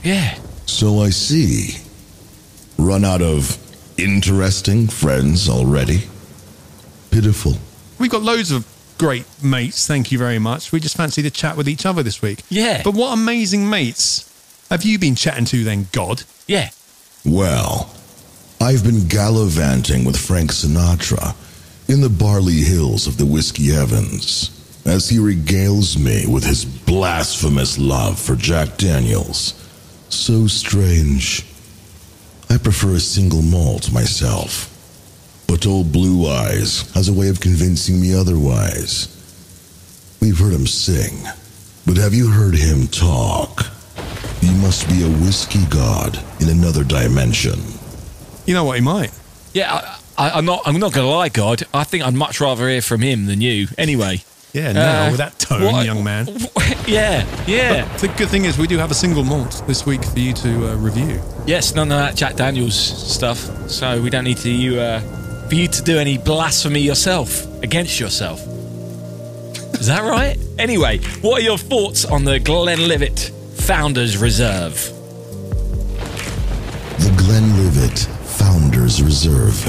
S2: yeah.
S3: So I see. Run out of interesting friends already? Pitiful.
S1: We've got loads of great mates, thank you very much. We just fancied to chat with each other this week.
S2: Yeah.
S1: But what amazing mates have you been chatting to then, God?
S2: Yeah.
S3: Well, I've been gallivanting with Frank Sinatra in the barley hills of the Whiskey Heavens as he regales me with his blasphemous love for Jack Daniels. So strange. I prefer a single malt myself, but old Blue Eyes has a way of convincing me otherwise. We've heard him sing, but have you heard him talk? He must be a whiskey god in another dimension.
S1: You know what he might.
S2: Yeah, I, I, I'm not I'm not gonna lie, God. I think I'd much rather hear from him than you. Anyway.
S1: Yeah, now
S2: Uh,
S1: with that tone,
S2: what-
S1: young man.
S2: [laughs] yeah, yeah.
S1: The good thing is we do have a single malt this week for you to uh, review.
S2: Yes, none of that Jack Daniels stuff. So we don't need to you uh, for you to do any blasphemy yourself against yourself. Is that right? [laughs] anyway, what are your thoughts on the Glenlivet Founders Reserve?
S3: The Glenlivet Founders Reserve.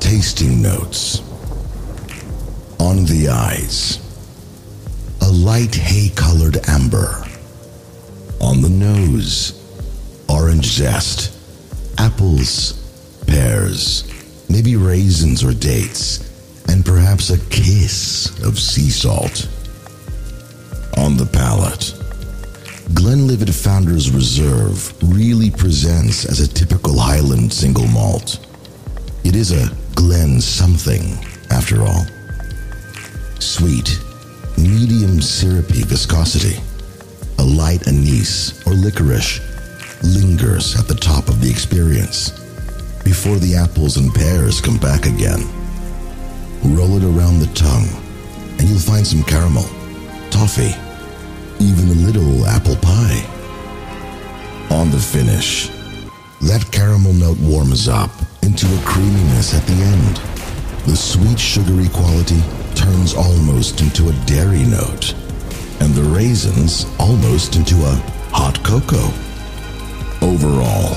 S3: Tasting notes. On the eyes. A light hay colored amber. On the nose. Orange zest. Apples. Pears. Maybe raisins or dates. And perhaps a kiss of sea salt. On the palate. Glenlivet Founders Reserve really presents as a typical Highland single malt. It is a Glen something, after all. Sweet, medium syrupy viscosity. A light anise or licorice lingers at the top of the experience before the apples and pears come back again. Roll it around the tongue, and you'll find some caramel, toffee, even a little apple pie. On the finish, that caramel note warms up into a creaminess at the end. The sweet sugary quality turns almost into a dairy note, and the raisins almost into a hot cocoa. Overall,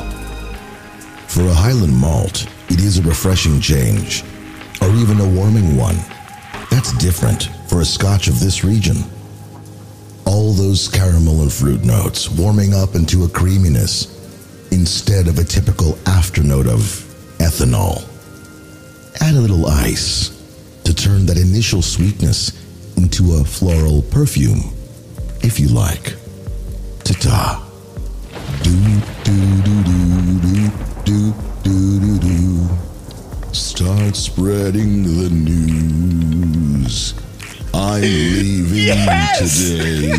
S3: for a Highland malt, it is a refreshing change, or even a warming one. That's different for a scotch of this region. All those caramel and fruit notes warming up into a creaminess instead of a typical afternote of ethanol. Add a little ice to turn that initial sweetness into a floral perfume, if you like. Ta ta. Do do do do do do do do do. Start spreading the news.
S2: [laughs]
S3: I'm leaving
S2: Yes!
S3: today.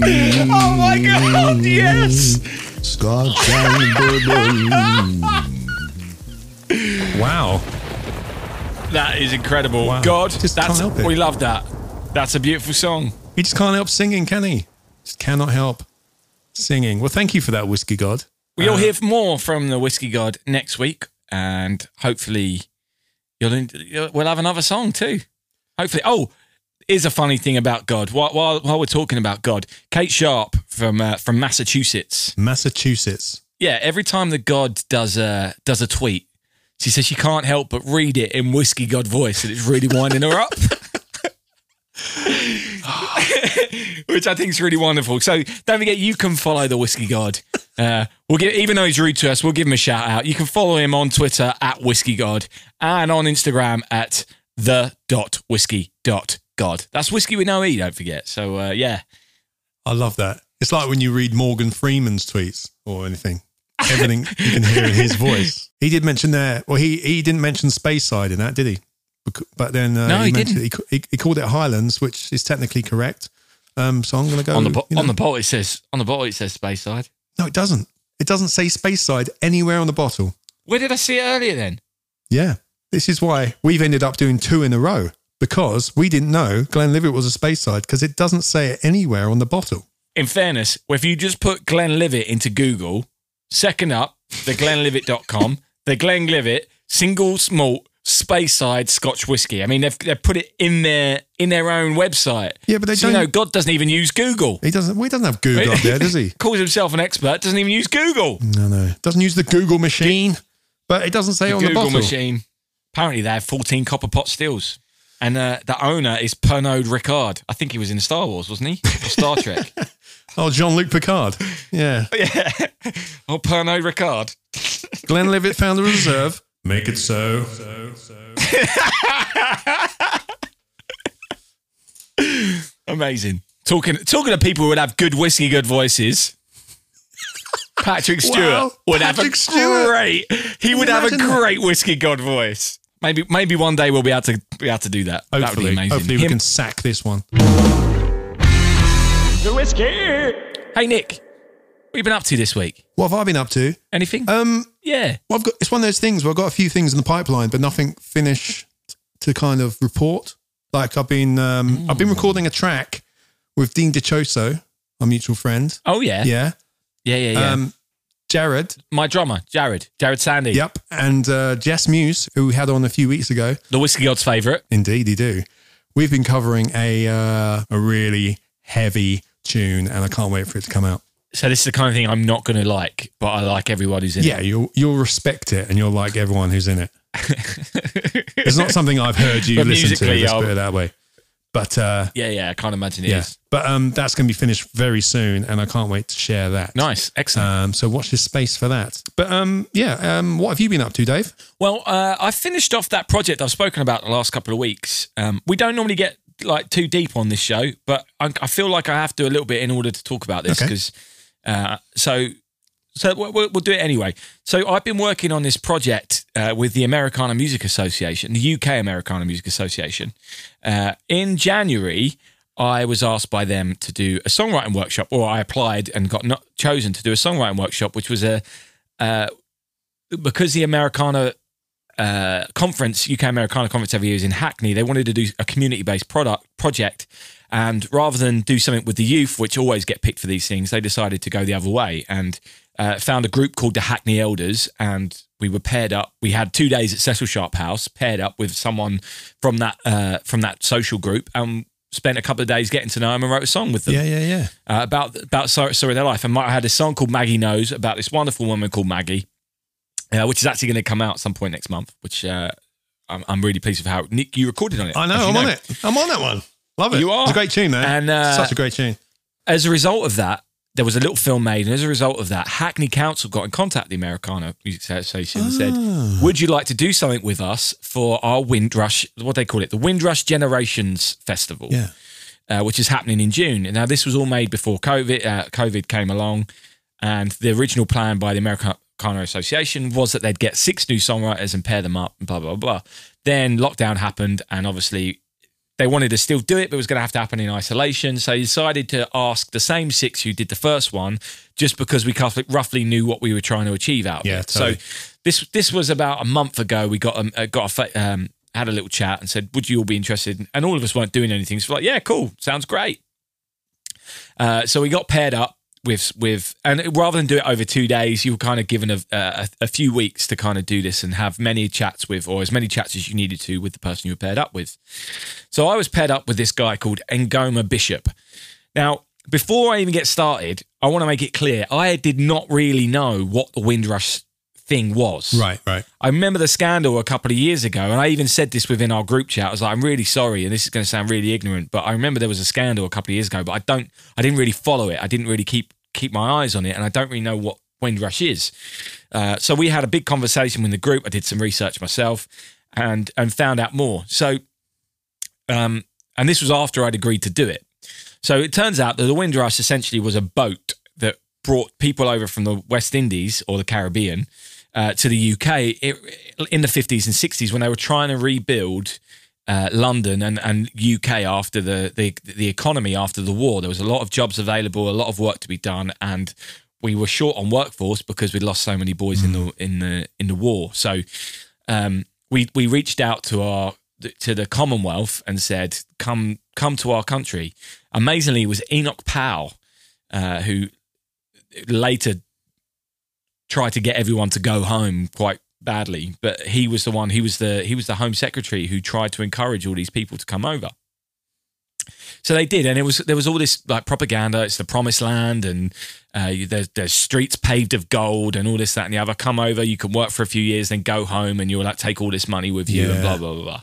S2: [laughs] Oh my god, yes!
S3: Scotch and bourbon.
S1: Wow.
S2: That is incredible.
S1: Wow.
S2: God,
S1: Just
S2: that's
S1: can't help it.
S2: we love that. That's a beautiful song.
S1: He just can't help singing, can he? Just cannot help singing. Well, thank you for that, Whiskey God.
S2: We'll hear more from the Whiskey God next week, and hopefully, you'll, you'll we'll have another song too. Hopefully, oh, is a funny thing about God. While, while, while we're talking about God, Kate Sharp from uh, from Massachusetts.
S1: Massachusetts.
S2: Yeah, every time the God does a does a tweet, she says she can't help but read it in whiskey God voice, and it's really winding her up. [laughs] Which I think is really wonderful. So don't forget, you can follow the Whiskey God. Uh, we'll give, even though he's rude to us, we'll give him a shout out. You can follow him on Twitter at Whiskey God and on Instagram at the dot whiskey dot God. That's whiskey with no e. Don't forget. So uh, yeah,
S1: I love that. It's like when you read Morgan Freeman's tweets or anything.
S2: [laughs]
S1: Everything you can hear in his voice. He did mention there. Well, he he didn't mention Speyside in that, did he? Bec- But then uh,
S2: No, he
S1: mentioned-
S2: didn't.
S1: He, ca- he, he called it Highlands, which is technically correct. Um, so I'm going to go
S2: on the bo-
S1: you know-
S2: on the bottle it says on the bottle it says Speyside.
S1: No, it doesn't. It doesn't say Speyside anywhere on the bottle.
S2: Where did I see it earlier then?
S1: Yeah. This is why we've ended up doing two in a row because we didn't know Glenlivet was a space side because it doesn't say it anywhere on the bottle.
S2: In fairness, if you just put Glenlivet into Google, second up the Glenlivet.com, [laughs] the Glenlivet single malt Speyside Scotch whiskey. I mean, they've they've put it in their in their own website.
S1: Yeah, but they
S2: So, you
S1: don't-
S2: know, God doesn't even use Google.
S1: He doesn't. Well, he doesn't have Google up there, does he?
S2: [laughs]
S1: Mm.
S2: Calls himself an expert, doesn't even use Google.
S1: No, no. Doesn't use the Google machine, but it doesn't say on the
S2: Google
S1: bottle.
S2: machine. Apparently, they have 14 copper pot stills. And uh, the owner is Pernod Ricard. I think he was in Star Wars, wasn't he? Or
S1: [laughs]
S2: Star Trek. [laughs]
S1: Oh, Jean Luc Picard. Yeah.
S2: Oh, yeah. Or Pernod Ricard.
S1: Glenlivet found a reserve. Make it so.
S2: Amazing. Talking talking to people who would have good whiskey,
S1: [laughs]
S2: good voices. Patrick Stewart
S1: Wow,
S2: would have
S1: Patrick
S2: a
S1: Stewart.
S2: great. He would have a
S1: imagine that?
S2: great whiskey god voice. Maybe maybe one day we'll be able to be able to do that. that would be
S1: Hopefully,
S2: amazing.
S1: hopefully we
S2: Him-
S1: can sack this one.
S2: Hey Nick, what you been up to this week?
S1: What have I been up to?
S2: Anything?
S1: Um,
S2: yeah.
S1: well, I've got. It's one of those things where I've got a few things in the pipeline, but nothing finished to kind of report. Like I've been, um,
S2: Mm.
S1: I've been recording a track with Dean DiCioso, my mutual friend.
S2: Oh yeah.
S1: Yeah.
S2: Yeah, yeah, yeah.
S1: Um, Jared.
S2: My drummer, Jared, Jared Sandy,
S1: Yep. And uh, Jess Muse, who we had on a few weeks ago.
S2: the Whiskey God's favourite.
S1: Indeed, he do. We've been covering a uh, a really heavy tune, and I can't wait for it to come out.
S2: So this is the kind of thing I'm not going to like, but I like everyone who's in
S1: Yeah, you'll you'll respect it, and you'll like everyone who's in it.
S2: it. [laughs]
S1: It's [laughs] not something I've heard you
S2: But
S1: listen to.
S2: musically,
S1: Let's
S2: I'll-
S1: put it that way. But uh,
S2: yeah, yeah. I can't imagine it
S1: yeah,
S2: is.
S1: but um, that's going to be finished very soon, and I can't wait to share that.
S2: Nice, excellent.
S1: Um, so watch this space for that. But um, yeah, um, what have you been up to, Dave?
S2: well, uh, I finished off that project I've spoken about the last couple of weeks. Um, we don't normally get like too deep on this show, but I, I feel like I have to a little bit in order to talk about this
S1: Okay.
S2: because uh, so so we'll, we'll we'll do it anyway. So I've been working on this project uh, with the Americana Music Association, the UK Americana Music Association. Uh, in January, I was asked by them to do a songwriting workshop, or I applied and got not chosen to do a songwriting workshop, which was a uh, because the Americana uh, conference, UK Americana conference every year is in Hackney. They wanted to do a community-based product project, and rather than do something with the youth, which always get picked for these things, they decided to go the other way and uh, found a group called the Hackney Elders. And we were paired up. We had two days at Cecil Sharp House, paired up with someone from that uh, from that social group, and spent a couple of days getting to know them and wrote a song with them
S1: yeah, yeah.
S2: uh, about about sorry, sorry their life. And I had a song called Maggie Knows about this wonderful woman called Maggie, uh, which is actually going to come out at some point next month. Which uh, I'm, I'm really pleased with how Nick you recorded on it.
S1: I know.
S2: as you
S1: I'm on it. I'm on that one. Love it.
S2: You are.
S1: It's a great tune, man.
S2: And, uh,
S1: Such a great tune.
S2: As a result of that, there was a little film made, and as a result of that, Hackney Council got in contact with the Americana Music Association and said, "Would you like to do something with us for our Windrush? What they call it, the Windrush Generations Festival?"
S1: Yeah.
S2: uh, which is happening in June. Now, this was all made before COVID. Uh, COVID came along, and the original plan by the Americana Association was that they'd get six new songwriters and pair them up, and blah blah blah. Then lockdown happened, and obviously they wanted to still do it, but it was going to have to happen in isolation. So they decided to ask the same six who did the first one, just because we cuff- roughly knew what we were trying to achieve out. of
S1: Yeah,
S2: it.
S1: totally.
S2: So this this was about a month ago. We got um, uh, got a fa- um, had a little chat and said, "Would you all be interested?" And all of us weren't doing anything. So we're like, "Yeah, cool, sounds great." Uh, so we got paired up. with with and rather than do it over two days, you were kind of given a, a a few weeks to kind of do this and have many chats with, or as many chats as you needed to with the person you were paired up with. So I was paired up with this guy called Ngoma Bishop. Now, before I even get started, I want to make it clear I did not really know what the Windrush thing was.
S1: Right, right.
S2: I remember the scandal a couple of years ago, and I even said this within our group chat. I was like, "I'm really sorry," and this is going to sound really ignorant, but I remember there was a scandal a couple of years ago, but I don't, I didn't really follow it. I didn't really keep keep my eyes on it, and I don't really know what Windrush is. Uh, so we had a big conversation with the group. I did some research myself, and and found out more. So, um, and this was after I'd agreed to do it. So it turns out that the Windrush essentially was a boat that brought people over from the West Indies or the Caribbean uh, to the UK it, in the 50s and 60s when they were trying to rebuild uh, London and, and UK after the, the the economy after the war. There was a lot of jobs available, a lot of work to be done, and we were short on workforce because we'd lost so many boys in the in the in the war. So um, we we reached out to our to the Commonwealth and said, "Come come to our country." Amazingly, it was Enoch Powell uh, who later tried to get everyone to go home quite badly but he was the one he was the he was the home secretary who tried to encourage all these people to come over so they did and it was there was all this like propaganda it's the promised land and uh, there's, there's streets paved of gold and all this that and the other come over you can work for a few years then go home and you'll like take all this money with you and
S1: Yeah.
S2: blah blah blah blah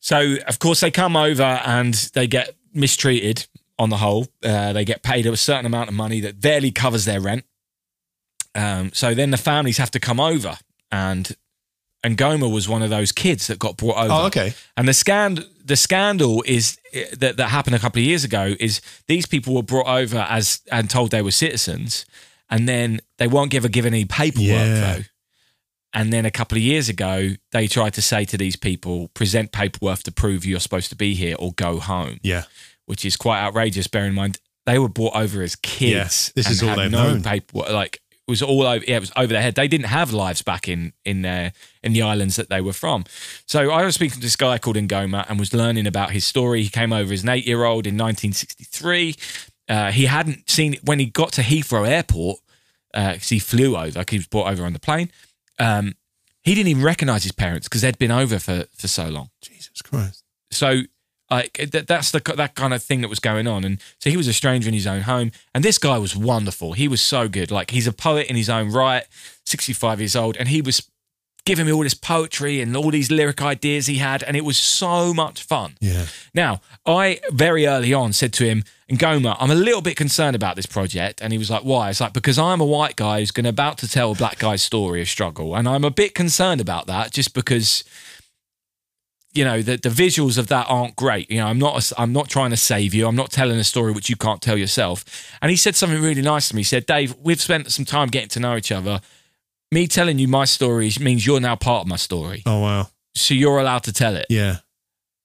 S2: so of course they come over and they get mistreated on the whole uh, they get paid a certain amount of money that barely covers their rent um, so then the families have to come over and and Goma was one of those kids that got brought over.
S1: Oh, okay.
S2: And the scand the scandal is eh, that that happened a couple of years ago is these people were brought over as and told they were citizens, and then they weren't ever given any paperwork
S1: Yeah.
S2: though. And then a couple of years ago, they tried to say to these people, present paperwork to prove you're supposed to be here or go home,
S1: Yeah.
S2: which is quite outrageous. Bear in mind they were brought over as kids.
S1: Yeah, this
S2: and
S1: is all
S2: had
S1: they've
S2: no
S1: known.
S2: Paperwork, like it was all over. Yeah, it was over their head. They didn't have lives back in in their in the islands that they were from. So I was speaking to this guy called Ngoma and was learning about his story. He came over as an eight year old in 1963. Uh, he hadn't seen when he got to Heathrow Airport because he flew over. Like he was brought over on the plane. Um, he didn't even recognise his parents because they'd been over for for so long
S1: Jesus Christ.
S2: so like that, that's the that kind of thing that was going on and so he was a stranger in his own home and this guy was wonderful he was so good like he's a poet in his own right 65 years old and he was giving me all this poetry and all these lyric ideas he had and it was so much fun
S1: Yeah.
S2: now, I very early on said to him, Ngoma, I'm a little bit concerned about this project. And he was like, why? It's like, because I'm a white guy who's going to about to tell a black guy's story of struggle. And I'm a bit concerned about that just because, you know, the, the visuals of that aren't great. You know, I'm not, a, I'm not trying to save you. I'm not telling a story which you can't tell yourself. And he said something really nice to me. He said, Dave, we've spent some time getting to know each other. Me telling you my story means you're now part of my story.
S1: Oh wow.
S2: So you're allowed to tell it.
S1: Yeah.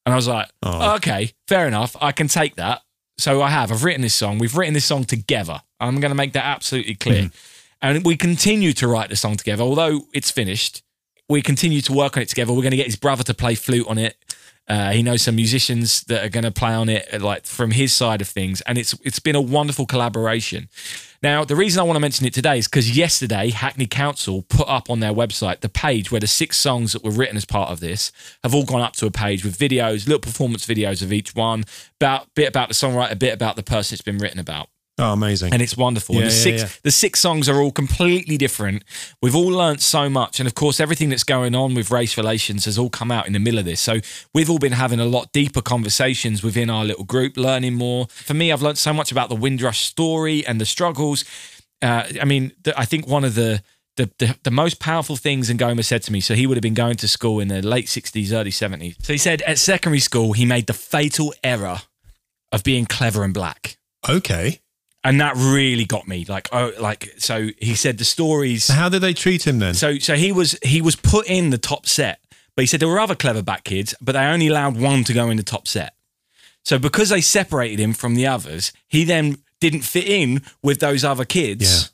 S2: And I was like,
S1: Oh.
S2: okay, fair enough. I can take that. So I have. I've written this song. We've written this song together. I'm going to make that absolutely clear. And we continue to write the song together. Although it's finished, we continue to work on it together. We're going to get his brother to play flute on it. Uh, he knows some musicians that are going to play on it, like from his side of things. And it's it's been a wonderful collaboration. Now, the reason I want to mention it today is because yesterday Hackney Council put up on their website the page where the six songs that were written as part of this have all gone up to a page with videos, little performance videos of each one, about bit about the songwriter, bit about the person it's been written about
S1: Oh, amazing.
S2: and it's wonderful.
S1: Yeah,
S2: and the
S1: yeah,
S2: six
S1: yeah.
S2: the six songs are all completely different. We've all learnt so much, and of course, everything that's going on with race relations has all come out in the middle of this. So we've all been having a lot deeper conversations within our little group, learning more. For me, I've learnt so much about the Windrush story and the struggles. Uh, I mean, the, I think one of the the, the, the most powerful things Ngoma said to me, so he would have been going to school in the late 60s, early 70s. So he said at secondary school, he made the fatal error of being clever and black
S1: okay.
S2: and that really got me like oh like so he said the stories
S1: So how did they treat him then?
S2: so so he was he was put in the top set but he said there were other clever back kids but they only allowed one to go in the top set so because they separated him from the others he then didn't fit in with those other kids
S1: Yeah.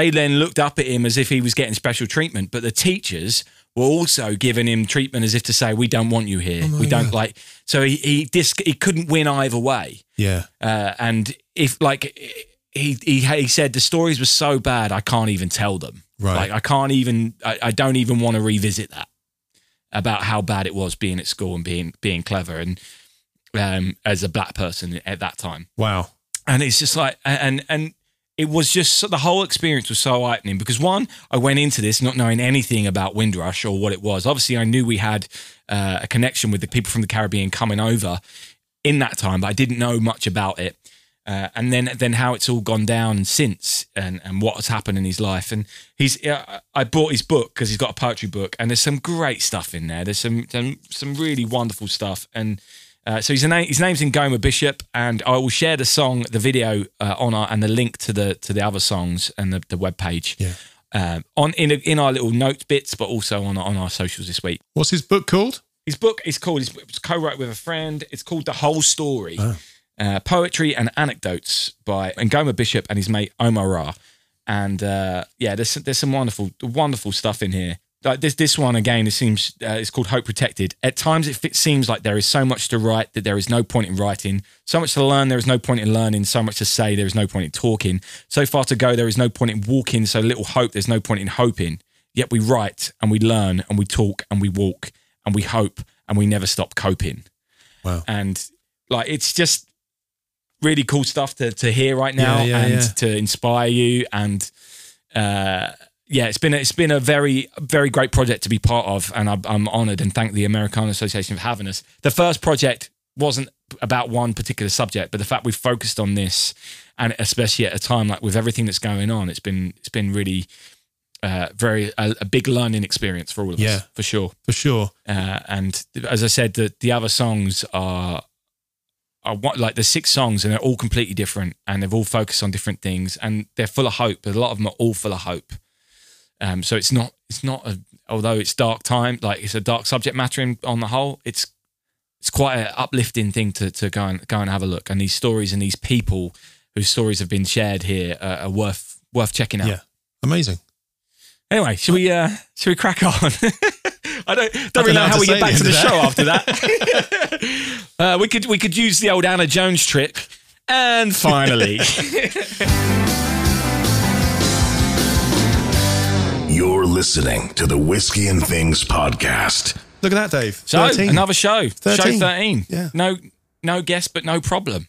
S2: they then looked up at him as if he was getting special treatment but the teachers were also giving him treatment as if to say we don't want you here we don't like so he he, dis- he couldn't win either way
S1: yeah.
S2: uh, and if like he, he he said the stories were so bad I can't even tell them.
S1: Right.
S2: Like I can't even I, I don't even want to revisit that about how bad it was being at school and being being clever and um as a black person at that time.
S1: Wow.
S2: And it's just like and and it was just the whole experience was so eye-opening because one, I went into this not knowing anything about Windrush or what it was. Obviously, I knew we had uh, a connection with the people from the Caribbean coming over in that time, but I didn't know much about it. Uh, and then, then how it's all gone down since, and, and what has happened in his life. And he's, uh, I bought his book because he's got a poetry book, and there's some great stuff in there. There's some some, some really wonderful stuff. And uh, so his name, his name's Ngoma Bishop, and I will share the song, the video uh, on our, and the link to the to the other songs and the, the web page.
S1: Yeah.
S2: Um, on in in our little note bits, but also on on our socials this week.
S1: What's his book called?
S2: His book is called, it's co wrote with a friend. It's called The Whole Story uh, Poetry and Anecdotes by Ngoma Bishop and his mate Omar Ra. And uh, yeah, there's, there's some wonderful, wonderful stuff in here. Like this, this one again. It seems uh, it's called Hope Protected. At times, it, it seems like there is so much to write that there is no point in writing. So much to learn, there is no point in learning. So much to say, there is no point in talking. So far to go, there is no point in walking. So little hope, there's no point in hoping. Yet we write and we learn and we talk and we walk and we hope and we never stop coping.
S1: Wow.
S2: And like it's just really cool stuff to to hear right now
S1: Yeah, yeah,
S2: and
S1: yeah.
S2: to inspire you and uh yeah, it's been a, it's been a very very great project to be part of, and I'm, I'm honoured and thank the American Association for having us. The first project wasn't about one particular subject, but the fact we focused on this, and especially at a time like with everything that's going on, it's been it's been really uh, very a, a big learning experience for all of
S1: Yeah.
S2: us for sure.
S1: For sure.
S2: Uh, and th- as I said, the, the other songs are, are what, like the six songs, and they're all completely different, and they've all focused on different things, and they're full of hope. But a lot of them are all full of hope. Um, so it's not it's not a, although it's dark time, like it's a dark subject matter in, on the whole. It's it's quite an uplifting thing to to go and go and have a look. And these stories and these people whose stories have been shared here are, are worth worth checking out.
S1: Yeah. Amazing.
S2: Anyway, should we uh should we crack on? [laughs] I don't don't
S1: know
S2: really know
S1: how
S2: how
S1: to
S2: we
S1: say
S2: get back
S1: the
S2: to the
S1: end of
S2: show after that.
S1: [laughs]
S2: [laughs] uh, we could we could use the old Anna Jones trick.
S1: [laughs]
S2: And finally, [laughs]
S3: You're listening to the Whiskey and Things podcast.
S1: Look at that, Dave.
S2: so
S1: 13.
S2: another show,
S1: 13.
S2: show thirteen.
S1: Yeah.
S2: No, no guess, but no problem.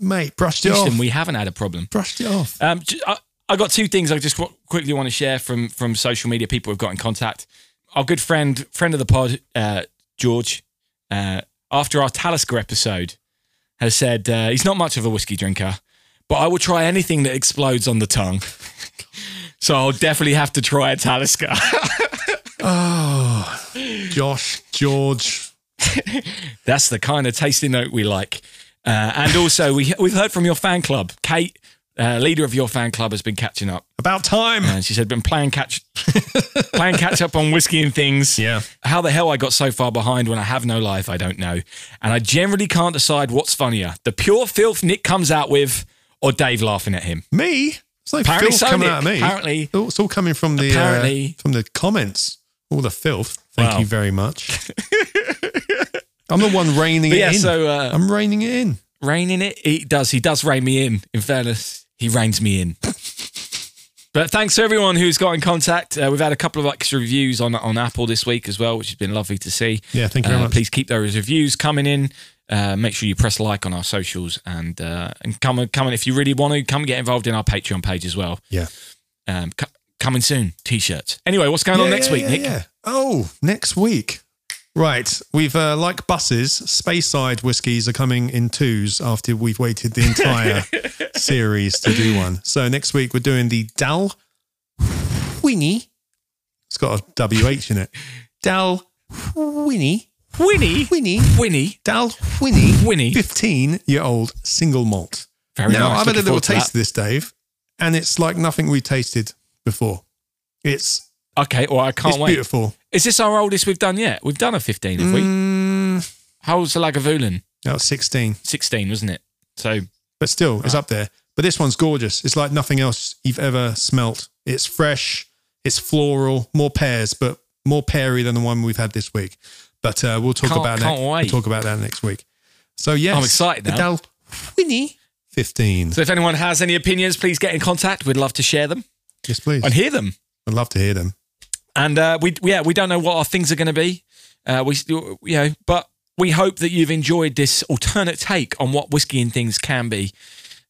S1: Mate, brushed it
S2: Houston,
S1: off.
S2: we haven't had a problem.
S1: brushed it off.
S2: Um, j- I, I got two things I just w- quickly want to share from from social media. People who've got in contact. Our good friend, friend of the pod, uh, George, uh, after our Talisker episode, has said uh, he's not much of a whiskey drinker, but I will try anything that explodes on the tongue. [laughs] so I'll definitely have to try a Talisker. [laughs]
S1: Oh, Josh, George.
S2: That's the kind of tasty note we like. Uh, and also, we we've heard from your fan club, Kate. Uh, leader of your fan club has been catching up.
S1: About time.
S2: And she said, been playing catch [laughs] playing catch up on whiskey and things.
S1: Yeah.
S2: How the hell I got so far behind when I have no life, I don't know. And I generally can't decide what's funnier. The pure filth Nick comes out with or Dave laughing at him.
S1: Me? It's like
S2: Apparently
S1: filth
S2: so,
S1: coming
S2: Nick.
S1: out of me.
S2: Apparently.
S1: Oh, it's all coming from the uh,
S2: Apparently.
S1: from the comments. All the filth. Thank
S2: Wow.
S1: you very
S2: [laughs]
S1: much. I'm the one reining
S2: But
S1: it
S2: yeah,
S1: in.
S2: so uh
S1: I'm reining it in.
S2: raining it, he does. He does rein me in. In fairness, he reins me in. [laughs] But thanks to everyone who's got in contact. Uh, we've had a couple of extra reviews on on Apple this week as well, which has been lovely to see.
S1: Yeah, thank you very
S2: Uh,
S1: much.
S2: Please keep those reviews coming in. Uh, make sure you press like on our socials and uh, and come and come and if you really want to come and get involved in our Patreon page as well.
S1: Yeah.
S2: Um, co- coming soon, t-shirts. Anyway, what's going on
S1: Yeah,
S2: next
S1: yeah,
S2: week,
S1: yeah,
S2: Nick?
S1: yeah. Oh, next week. Right. We've, uh, like buses, space side whiskies are coming in twos after we've waited the
S2: [laughs]
S1: entire series to do one. So next week we're doing the Dal Winnie. It's got a WH in it. Dal Winnie.
S2: Winnie,
S1: Winnie.
S2: Winnie,
S1: Dal Winnie.
S2: Winnie.
S1: 15 year old single malt.
S2: Very
S1: now,
S2: nice.
S1: I've had a
S2: Looking
S1: little
S2: forward to
S1: taste of
S2: that.
S1: this, Dave, and it's like nothing we tasted before. It's,
S2: Okay, well I can't
S1: it's
S2: wait.
S1: beautiful.
S2: Is this our oldest we've done yet? We've done a 15, have we?
S1: Mm,
S2: How was the Lagavulin?
S1: That was 16,
S2: 16, wasn't it? So
S1: but still,
S2: Ah.
S1: it's up there. But this one's gorgeous. It's like nothing else you've ever smelt. It's fresh, it's floral, more pears, but more peary than the one we've had this week. But uh, we'll talk
S2: Can't-
S1: about
S2: can't
S1: that. We'll
S2: wait.
S1: talk about that next week. So yes,
S2: I'm excited now.
S1: Winnie, 15.
S2: So if anyone has any opinions, please get in contact. We'd love to share them
S1: Yes, please.
S2: and hear them.
S1: I'd love to hear them.
S2: And uh, we, yeah, we don't know what our things are going to be. Uh, we, you know, but we hope that you've enjoyed this alternate take on what whiskey and things can be.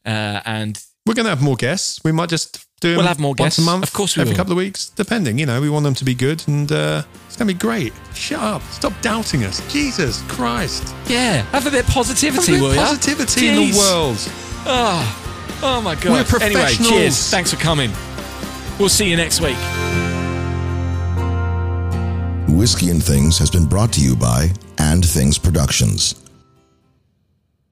S2: Uh, and
S1: We're going to have more guests. We might just do them
S2: We'll have more
S1: once
S2: guests.
S1: a month.
S2: Of course we
S1: Every
S2: will.
S1: couple of weeks, depending. You know, we want them to be good and uh, it's going to be great. Shut up. Stop doubting us. Jesus Christ.
S2: yeah, have a bit of
S1: Have a
S2: positivity,
S1: bit of
S2: will ya?
S1: positivity in the
S2: Jeez.
S1: world.
S2: Oh, oh my God.
S1: We're professionals.
S2: Anyway, cheers. Thanks for coming. We'll see you next week.
S3: Whiskey and Things has been brought to you by And Things Productions.